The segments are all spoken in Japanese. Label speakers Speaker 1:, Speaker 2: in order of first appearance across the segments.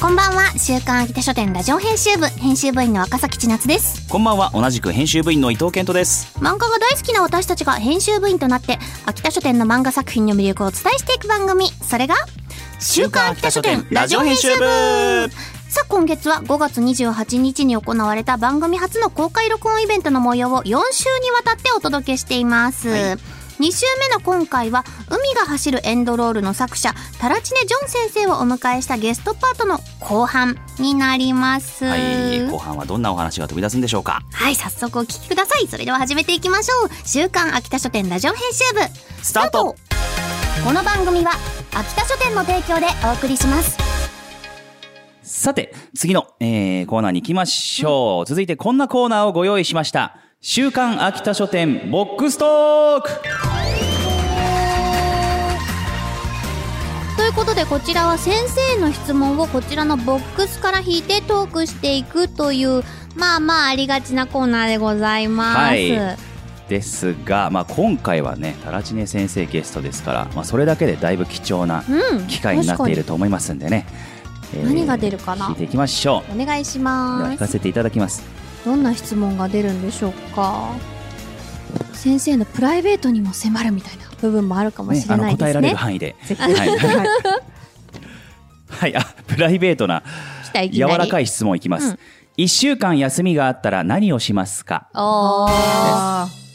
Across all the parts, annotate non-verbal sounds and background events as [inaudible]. Speaker 1: こんばんは、週刊秋田書店ラジオ編集部、編集部員の赤崎千夏です。
Speaker 2: こんばんは同じく編集部員の伊藤健人です
Speaker 1: 漫画が大好きな私たちが編集部員となって秋田書店の漫画作品の魅力をお伝えしていく番組それが「週刊秋田書店ラジオ編集部」さあ今月は5月28日に行われた番組初の公開録音イベントの模様を4週にわたってお届けしています、2週目の今回は「海が走るエンドロール」の作者タラチネ・ジョン先生をお迎えしたゲストパートの後半になります
Speaker 2: はい後半はどんなお話が飛び出すんでしょうか
Speaker 1: はい、早速お聞きください。それでは始めていきましょう。週刊秋田書店ラジオ編集部、
Speaker 2: スタート
Speaker 1: この番組は、秋田書店の提供でお送りします。
Speaker 2: さて次の、えーコーナーに行きましょう、続いてこんなコーナーをご用意しました週刊秋田書店ボックストーク
Speaker 1: ということで、こちらは先生の質問をこちらのボックスから引いてトークしていくという、まあまあありがちなコーナーでございます。
Speaker 2: はいですが、まあ、今回はねタラチネ先生ゲストですから、まあ、それだけでだいぶ貴重な
Speaker 1: うん。
Speaker 2: 機会になってい
Speaker 1: 確
Speaker 2: ると思いますんでね、えー
Speaker 1: 何が出るかな
Speaker 2: 聞いていきましょ
Speaker 1: かに。お願いし
Speaker 2: うでは
Speaker 1: ま
Speaker 2: 聞か
Speaker 1: す。
Speaker 2: せていただきます
Speaker 1: どんな質問が出るんでしょうか。先生のプライベートにも迫るみたいな部分もあるかも
Speaker 2: ね
Speaker 1: しれ
Speaker 2: あの
Speaker 1: ない
Speaker 2: 答え
Speaker 1: です
Speaker 2: られ
Speaker 1: ね
Speaker 2: る。範囲で
Speaker 3: ぜひ、
Speaker 2: はい
Speaker 3: はい
Speaker 2: はいあプライベートな
Speaker 1: 来たいき
Speaker 2: 柔
Speaker 1: なり
Speaker 2: らかい質問いきま
Speaker 1: う
Speaker 2: す
Speaker 1: ん、
Speaker 2: 一1週間休みがあったら何をしますか
Speaker 1: おー。
Speaker 3: あー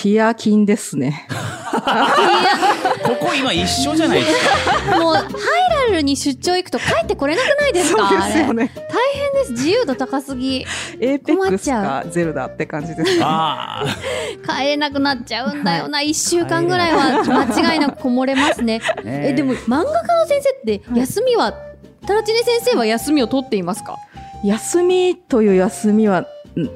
Speaker 3: ティアキンですね。
Speaker 2: ここ今一緒じゃないですか
Speaker 4: もうハイラルに出張行くと帰ってこれなくないですか
Speaker 3: そうですよね。
Speaker 4: あれ大変です自由度高すぎ
Speaker 3: エーペッ
Speaker 4: 困
Speaker 3: ク
Speaker 4: っ
Speaker 3: ス
Speaker 4: ちゃ
Speaker 3: かゼルダって感じですね。
Speaker 2: あ
Speaker 4: 帰れなくなっちゃうんだよな、一1週間ぐらいは間違いなくこもれますね
Speaker 2: あ、ね
Speaker 4: えでも漫画家の先生って
Speaker 3: はい
Speaker 4: 休みは、タラチネ先生は休みを取っていますか
Speaker 3: [laughs] 休みという休みは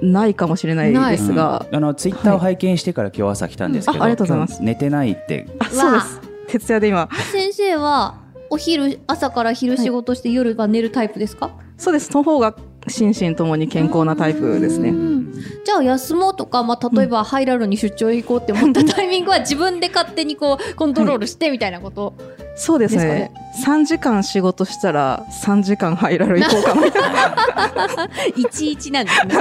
Speaker 3: んないかもしれないですが、
Speaker 2: うんあのツイッターを拝見してから今日朝来たんですけど、
Speaker 3: あありがとうございます
Speaker 2: 今日寝てないって
Speaker 3: あそうです。徹夜で今、
Speaker 4: 先生はお昼朝から昼仕事して夜は寝るタイプですか、
Speaker 3: そうです。その方が心身ともに健康なタイプです
Speaker 4: う
Speaker 3: ね。
Speaker 4: んじゃあ休もうとか、まあ、例えばハイラルに出張行こうって思ったタイミングは自分で勝手にこうコントロールしてみたいなこと、 [laughs]
Speaker 3: そうです
Speaker 4: で
Speaker 3: ね。三、時間仕事したら三時間入られる行こうかなみたいな。
Speaker 4: いちいちなんですね。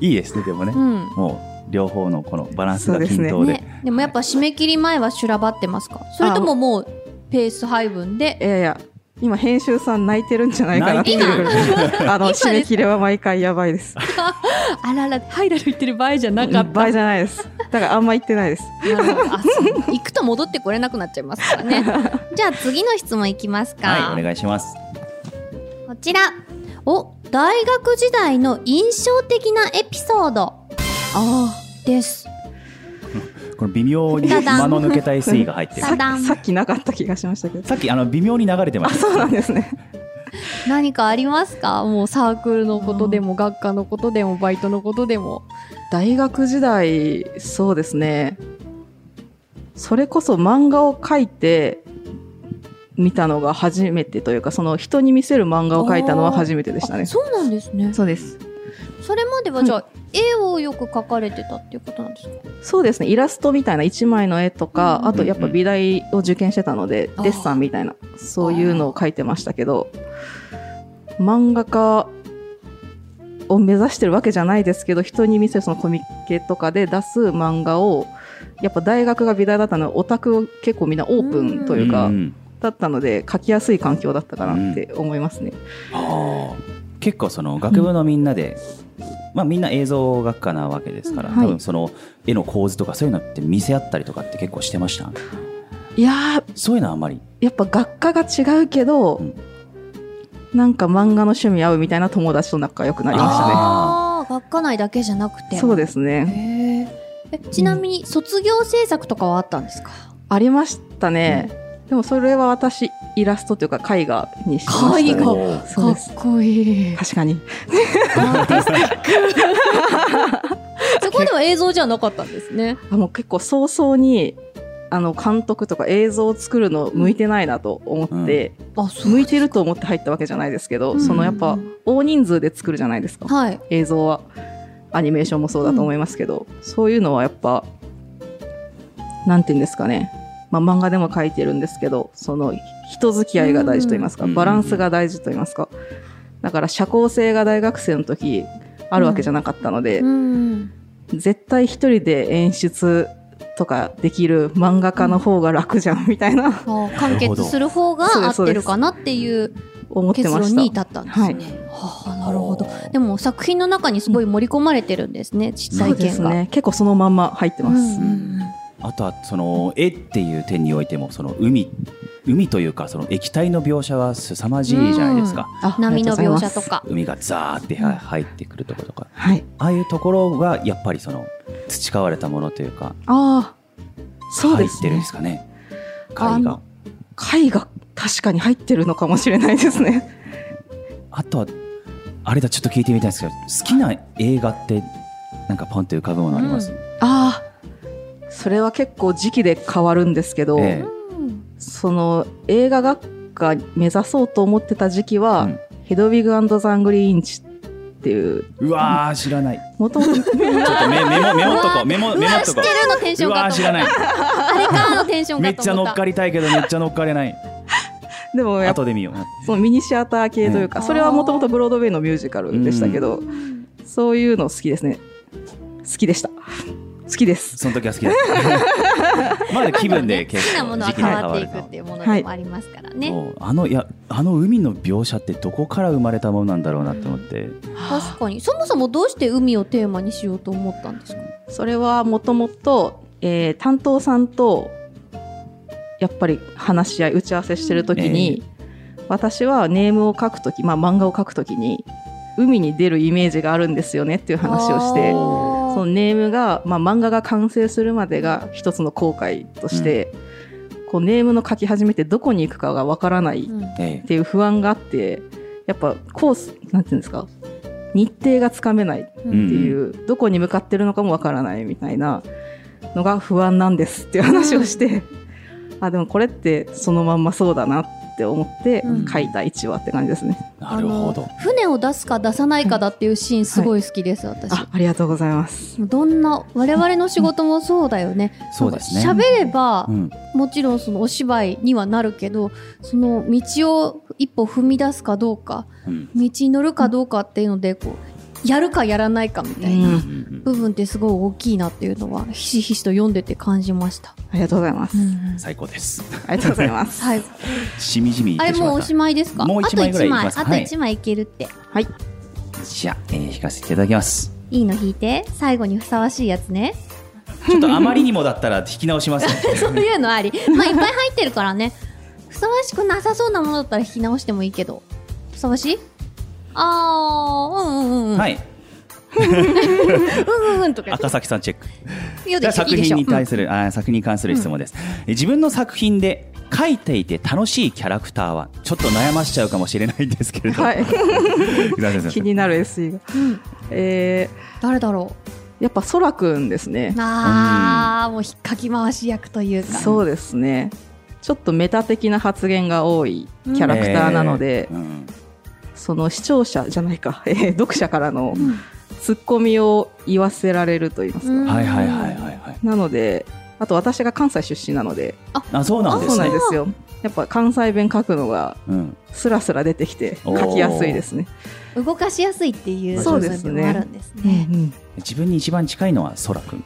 Speaker 2: いいですねでもね、
Speaker 4: うん。
Speaker 2: もう両方のこのバランスが
Speaker 3: そうです
Speaker 2: 均
Speaker 3: ね
Speaker 2: 等で
Speaker 4: ね、でもやっぱ締め切り前は修羅場ってますかそれとももうペース配分
Speaker 3: い
Speaker 4: で
Speaker 3: やいや。今編集さん泣いてるんじゃないかなっていうぐらい [laughs] あの
Speaker 4: 今です
Speaker 3: 締め切りは毎回やばいです。
Speaker 4: あららハイラル行ってる場合じゃなかった
Speaker 3: 倍じゃないです。だからあんま行ってないです。
Speaker 4: なるほどあそう行くと戻ってこれなくなっちゃいますからね
Speaker 1: じゃあ次の質問いきますか。
Speaker 2: はいお願いします
Speaker 1: こちら。
Speaker 4: お大学時代の印象的なエピソード
Speaker 3: あ
Speaker 4: です
Speaker 2: この微妙に
Speaker 1: ダダ
Speaker 2: 間
Speaker 1: ン
Speaker 2: の抜けたい推移が入ってる
Speaker 1: ダダ
Speaker 3: あ、
Speaker 1: ン
Speaker 3: さっきなかった気がしましたけど。
Speaker 2: さっきあの微妙に流れてました
Speaker 3: そうなんですね。
Speaker 4: 何かありますかもうサークルのことでも学科のことでもバイトのことでも
Speaker 3: 大学時代、そうですね。それこそ漫画を描いて見たのが初めてというか、その人に見せる漫画を描いたのは初めてでしたね。
Speaker 4: そうなんですね
Speaker 3: そうです。
Speaker 4: それまではじゃあ絵をよく描かれてたっていうことなんですか
Speaker 3: そうですね。イラストみたいな一枚の絵とか、
Speaker 4: うん
Speaker 3: あとやっぱ美大を受験してたので、
Speaker 4: あー
Speaker 3: デッサンみたいな、そういうのを描いてましたけど、漫画家を目指してるわけじゃないですけど、人に見せるそのコミケとかで出す漫画を、やっぱ大学が美大だったので、オタクを結構みんなオープンというか、
Speaker 2: ん
Speaker 3: だったので、描きやすい環境だったかなって思いますね。
Speaker 2: あー結構その学部のみんなで、まあ、みんな映像学科なわけですから、
Speaker 3: うんはい
Speaker 2: 多分その絵の構図とかそういうのって見せ合ったりとかって結構してました
Speaker 3: いやー、
Speaker 2: そういうのはあんまり
Speaker 3: やっぱ学科が違うけど、
Speaker 2: うん
Speaker 3: なんか漫画の趣味合うみたいな友達と仲良くなりましたね。
Speaker 4: あー学科内だけじゃなくて
Speaker 3: そうですね。
Speaker 4: えちなみに卒業制作とかはあったんですか、
Speaker 3: ありましたね。でもそれは私イラストというか絵画にしました、ね、
Speaker 4: 絵画
Speaker 2: お
Speaker 3: そうです
Speaker 4: っこ
Speaker 3: [laughs]
Speaker 4: いい
Speaker 3: 確かに
Speaker 4: そこでは映像じゃなかったんですね
Speaker 3: あもう結構早々にあの監督とか映像を作るの向いてないなと思って、
Speaker 4: あ
Speaker 3: 向いてると思って入ったわけじゃないですけど、
Speaker 4: うん
Speaker 3: そのやっぱ大人数で作るじゃないですか、
Speaker 4: はい
Speaker 3: 映像はアニメーションもそうだと思いますけど、そういうのはやっぱなんて言うんですかね、まあ、漫画でも書いてるんですけどその人付き合いが大事と言いますか、
Speaker 2: うん
Speaker 3: バランスが大事と言いますかだから社交性が大学生の時あるわけじゃなかったので、
Speaker 4: うん
Speaker 3: 絶対一人で演出とかできる漫画家の方が楽じゃんみたいな、
Speaker 4: あ完結する方が合ってるかなっていう
Speaker 3: 思って
Speaker 4: 結
Speaker 3: ま
Speaker 4: 論
Speaker 3: した
Speaker 4: に至ったんですね。はあ、なるほど。でも作品の中にすごい盛り込まれてるんですね、実
Speaker 3: そう
Speaker 4: 体
Speaker 3: です
Speaker 4: 験が。
Speaker 3: ね結構そのまんま入ってます、
Speaker 4: うんうんうん
Speaker 2: あとはその絵っていう点においてもその海海というかその液体の描写は凄まじいじゃないですか、
Speaker 3: あ
Speaker 4: 波の描写と
Speaker 3: ありがうございます
Speaker 4: か。
Speaker 2: 海がザーっては入ってくるところとか
Speaker 3: はい
Speaker 2: ああいうところがやっぱりその培われたものというか
Speaker 3: ああそう
Speaker 2: 入
Speaker 3: で
Speaker 2: っ
Speaker 3: す
Speaker 2: てるん
Speaker 3: ね
Speaker 2: ですかね絵
Speaker 3: あ
Speaker 2: 画
Speaker 3: の絵画確かに入ってるのかもしれないですね
Speaker 2: あとはあれだちょっと聞いてみたいんですけど好きな映画ってなんかパンって浮かぶものあります、
Speaker 3: ああそれは結構時期で変わるんですけど、
Speaker 2: え
Speaker 3: その映画学科目指そうと思ってた時期は、
Speaker 2: うん
Speaker 3: ヘドウィグザングリーインチっていう
Speaker 2: えうわー知らない
Speaker 3: もとも [laughs] と
Speaker 2: ちょっとメメモメモっとこうメモメモっ
Speaker 4: 知
Speaker 2: と
Speaker 4: って
Speaker 2: こ
Speaker 4: る
Speaker 2: う
Speaker 4: のテンショ
Speaker 2: う
Speaker 4: ン
Speaker 2: わ
Speaker 4: か
Speaker 2: ー
Speaker 4: と
Speaker 2: 知
Speaker 4: 思
Speaker 2: ら
Speaker 4: っ
Speaker 2: ない
Speaker 4: た。あれかのテンション
Speaker 2: め
Speaker 4: か
Speaker 2: っ
Speaker 4: と
Speaker 2: ちゃ乗
Speaker 4: 思
Speaker 2: っ
Speaker 4: っ
Speaker 2: か
Speaker 4: た。
Speaker 2: りたいけどめっちゃ乗っかれない
Speaker 3: でもやっぱ
Speaker 2: 後で見よう
Speaker 3: そのミニシアター系というか、
Speaker 4: うん
Speaker 3: それはもともとブロードウェイのミュージカルでしたけど、そういうの好きですね好きでした好きです
Speaker 2: その時は好きだっ
Speaker 4: [laughs]
Speaker 2: たまあね気分で結
Speaker 4: 好きな
Speaker 2: 構
Speaker 4: ものは
Speaker 2: 時期
Speaker 4: 変
Speaker 2: に
Speaker 4: わっ
Speaker 2: わ
Speaker 4: て
Speaker 2: る
Speaker 4: いく
Speaker 2: か
Speaker 4: っていうものでもありますからね。
Speaker 2: そうあのいやあの海の描写ってどこから生まれたものなんだろうなと思って、
Speaker 4: 確かに。そもそもどうして海をテーマにしようと思ったんですか
Speaker 3: それはもともとえー担当さんとやっぱり話し合い打ち合わせしてる時に、私はネームを書く時、まあ、漫画を書く時に海に出るイメージがあるんですよねっていう話をしてそのネームが、まあ、漫画が完成するまでが一つの後悔として、こうネームの書き始めてどこに行くかがわからないっ
Speaker 2: ええ
Speaker 3: ていう不安があってやっぱコースなんていうんですか日程がつかめない
Speaker 4: うん
Speaker 3: っていう、どこに向かってるのかもわからないみたいなのが不安なんですっていう話をして、あでもこれってそのまんまそうだなって思って
Speaker 4: うん
Speaker 3: 書いた1話って感じですね。
Speaker 2: なるほど
Speaker 4: あの船を出すか出さないかだっていうシーンすごい好きです、私。
Speaker 3: あありがとうございます。
Speaker 4: どんな我々の仕事もそうだよね。
Speaker 2: そうですね
Speaker 4: なんか喋れば、
Speaker 2: うん
Speaker 4: もちろんそのお芝居にはなるけどその道を一歩踏み出すかどうか
Speaker 2: うん
Speaker 4: 道に乗るかどうかっていうのでこうやるかやらないかみたいな
Speaker 3: う
Speaker 2: う
Speaker 3: ん
Speaker 2: んうん
Speaker 4: 部分ってすごい大きいなっていうのはひしひしと読んでて感じました。
Speaker 3: ありがとうございます。
Speaker 2: 最高です
Speaker 3: ありがとうございます。
Speaker 4: はい、
Speaker 2: しみじみ言
Speaker 4: あ
Speaker 2: っ
Speaker 4: れ
Speaker 2: てしま
Speaker 4: もう
Speaker 2: っ
Speaker 4: お
Speaker 2: た
Speaker 4: しまいですか
Speaker 2: もう一枚ぐらいいきます
Speaker 4: あと1枚あと1枚いけるって、
Speaker 2: じゃあ、えー、引かせていただきます
Speaker 4: い、いの引いて最後にふさわしいやつね
Speaker 2: [laughs] ちょっとあまりにもだったら引き直します、
Speaker 4: そういうのありまあいっぱい入ってるからねふさわしくなさそうなものだったら引き直してもいいけどふさわしいあーうんうんうん、
Speaker 2: はい
Speaker 4: うんうんうんとか言って
Speaker 2: 赤崎さんチェック
Speaker 4: いや
Speaker 2: じゃ
Speaker 4: で
Speaker 2: あ
Speaker 4: しょい
Speaker 2: 作
Speaker 4: いでし
Speaker 2: 品
Speaker 4: ょ
Speaker 2: に対する、あー作品に関する質問です、え自分の作品で書いていて楽しいキャラクターはちょっと悩ましちゃうかもしれないんですけれど、 [laughs]
Speaker 3: はい、 [laughs] 気
Speaker 2: 気
Speaker 3: になる SE が、
Speaker 4: うん
Speaker 3: え
Speaker 4: 誰だろ
Speaker 3: ーやっぱそらくんですね
Speaker 4: う。あー、もう引っかき回し役というか
Speaker 3: そうですね。ちょっとメタ的な発言が多いキャラクターなので、
Speaker 2: うん
Speaker 3: その視聴者じゃないか、えー読者からのツッコミを言わせられると言いますか、
Speaker 4: うん
Speaker 2: はいはいはいはいはい
Speaker 3: なのであと私が関西出身なので
Speaker 2: あそうなんで
Speaker 3: そう
Speaker 2: す
Speaker 3: な
Speaker 2: ね
Speaker 3: んですよやっぱ関西弁書くのが
Speaker 2: うん
Speaker 3: スラスラ出てきて
Speaker 2: おー
Speaker 3: 書きやすいですね、
Speaker 4: 動かしやすいっていう
Speaker 3: そう
Speaker 4: 部
Speaker 3: ですね
Speaker 4: 分でもあるんです
Speaker 3: うんう
Speaker 4: ね
Speaker 3: ん
Speaker 2: 自分に一番近いのはそらくん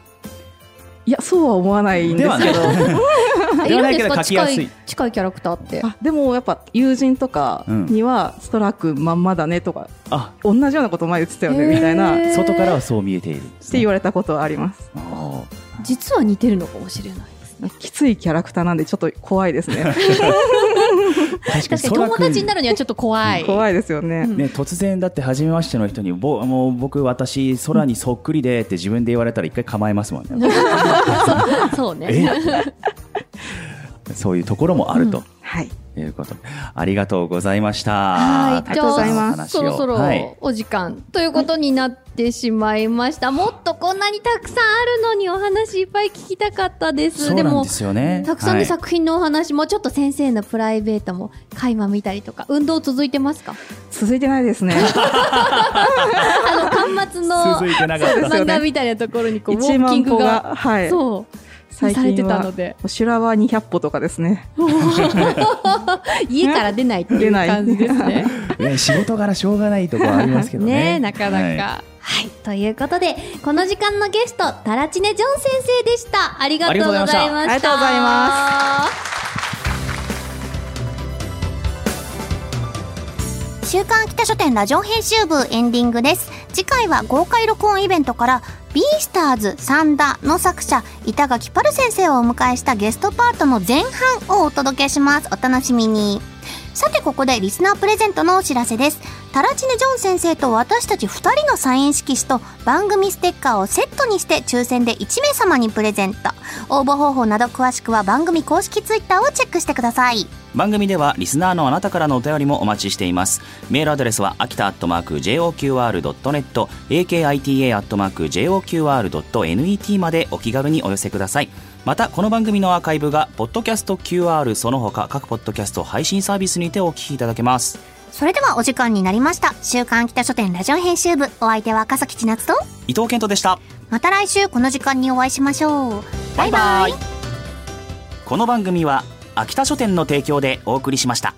Speaker 3: いやそうは思わないんですけ
Speaker 2: で
Speaker 3: ど
Speaker 2: はない
Speaker 4: あ
Speaker 2: で
Speaker 4: いる
Speaker 2: はなん
Speaker 4: で
Speaker 2: いけ
Speaker 4: す
Speaker 2: ど
Speaker 4: か
Speaker 2: 書きや
Speaker 4: 近
Speaker 2: すい
Speaker 4: い近いキャラクターって
Speaker 3: あでもやっぱ友人とかにはストラックまんまだねとか
Speaker 2: あ
Speaker 3: 同じようなこと前言ってたよね
Speaker 4: へー
Speaker 3: みたいなっ
Speaker 2: 外からはそう見えているって
Speaker 3: て言われたことはあります
Speaker 4: 実は似てるのかもしれないですね
Speaker 3: きついキャラクターなんでちょっと怖いですね
Speaker 2: 確かに
Speaker 4: 確かに友達になるにはちょっと怖い [laughs]
Speaker 3: 怖いですよね、
Speaker 4: うん
Speaker 2: ね、突然だって初めましての人に「ぼもう僕私空にそっくりで」って自分で言われたら一回構えますもんね。
Speaker 4: そうね
Speaker 2: え [laughs] そういうところもあると
Speaker 3: はい。
Speaker 2: いうことで、ありがとうございました。
Speaker 4: は
Speaker 2: た
Speaker 4: い、じ
Speaker 2: くさ
Speaker 4: ゃあ
Speaker 2: んお話を
Speaker 4: そろそ
Speaker 2: はい
Speaker 4: ろ、お時間ということになってしまいました。もっとこんなにたくさんあるのにお話いっぱい聞きたかったです。
Speaker 2: そう
Speaker 4: で
Speaker 2: なん
Speaker 4: も
Speaker 2: で、すよね。
Speaker 4: たくさんの
Speaker 2: はい
Speaker 4: 作品のお話も、ちょっと先生のプライベートも垣間見たりとか、運動続いてますか
Speaker 3: 続いてないですね。
Speaker 4: あの、端末の
Speaker 2: 続いて
Speaker 4: [laughs]
Speaker 2: なかった
Speaker 3: そうですよね
Speaker 4: 漫画みたいなところにこう、 [laughs] ウォ
Speaker 3: 1
Speaker 4: ーキン
Speaker 3: 万
Speaker 4: グ
Speaker 3: 個
Speaker 4: が、
Speaker 3: が、はい。
Speaker 4: そう、 [laughs]
Speaker 3: 最
Speaker 4: されて
Speaker 3: 近
Speaker 4: たの
Speaker 3: は、
Speaker 4: で。
Speaker 3: 修羅は200歩とかですね。
Speaker 4: 家から出ないっていう
Speaker 3: 出ない
Speaker 4: 感じですね。
Speaker 2: ね仕事柄しょうがないところありますけどね。
Speaker 4: ねえなかなか、
Speaker 2: は
Speaker 4: はいい、ということでこの時間のゲストタラチネジョン先生でしたありがとうございました
Speaker 3: ありがとうございます
Speaker 1: 週刊秋田書店ラジオ編集部エンディングです次回は公開録音イベントからビースターズサンダの作者板垣パル先生をお迎えしたゲストパートの前半をお届けしますお楽しみにさてここでリスナープレゼントのお知らせですタラチネ・ジョン先生と私たち2人のサイン色紙と番組ステッカーをセットにして抽選で1名様にプレゼント応募方法など詳しくは番組公式ツイッターをチェックしてください
Speaker 5: 番組ではリスナーのあなたからのお便りもお待ちしていますメールアドレスは秋田アットマーク JOQR.net akita アットマーク JOQR.net までお気軽にお寄せくださいまたこの番組のアーカイブがポッドキャスト QR その他各ポッドキャスト配信サービスにてお聞きいただけます
Speaker 1: それではお時間になりました。週刊北書店ラジオ編集部、お相手は笠木千夏と、
Speaker 5: 伊藤健人でした
Speaker 1: また来週この時間にお会いしましょう。バイバイ
Speaker 5: この番組は秋田書店の提供でお送りしました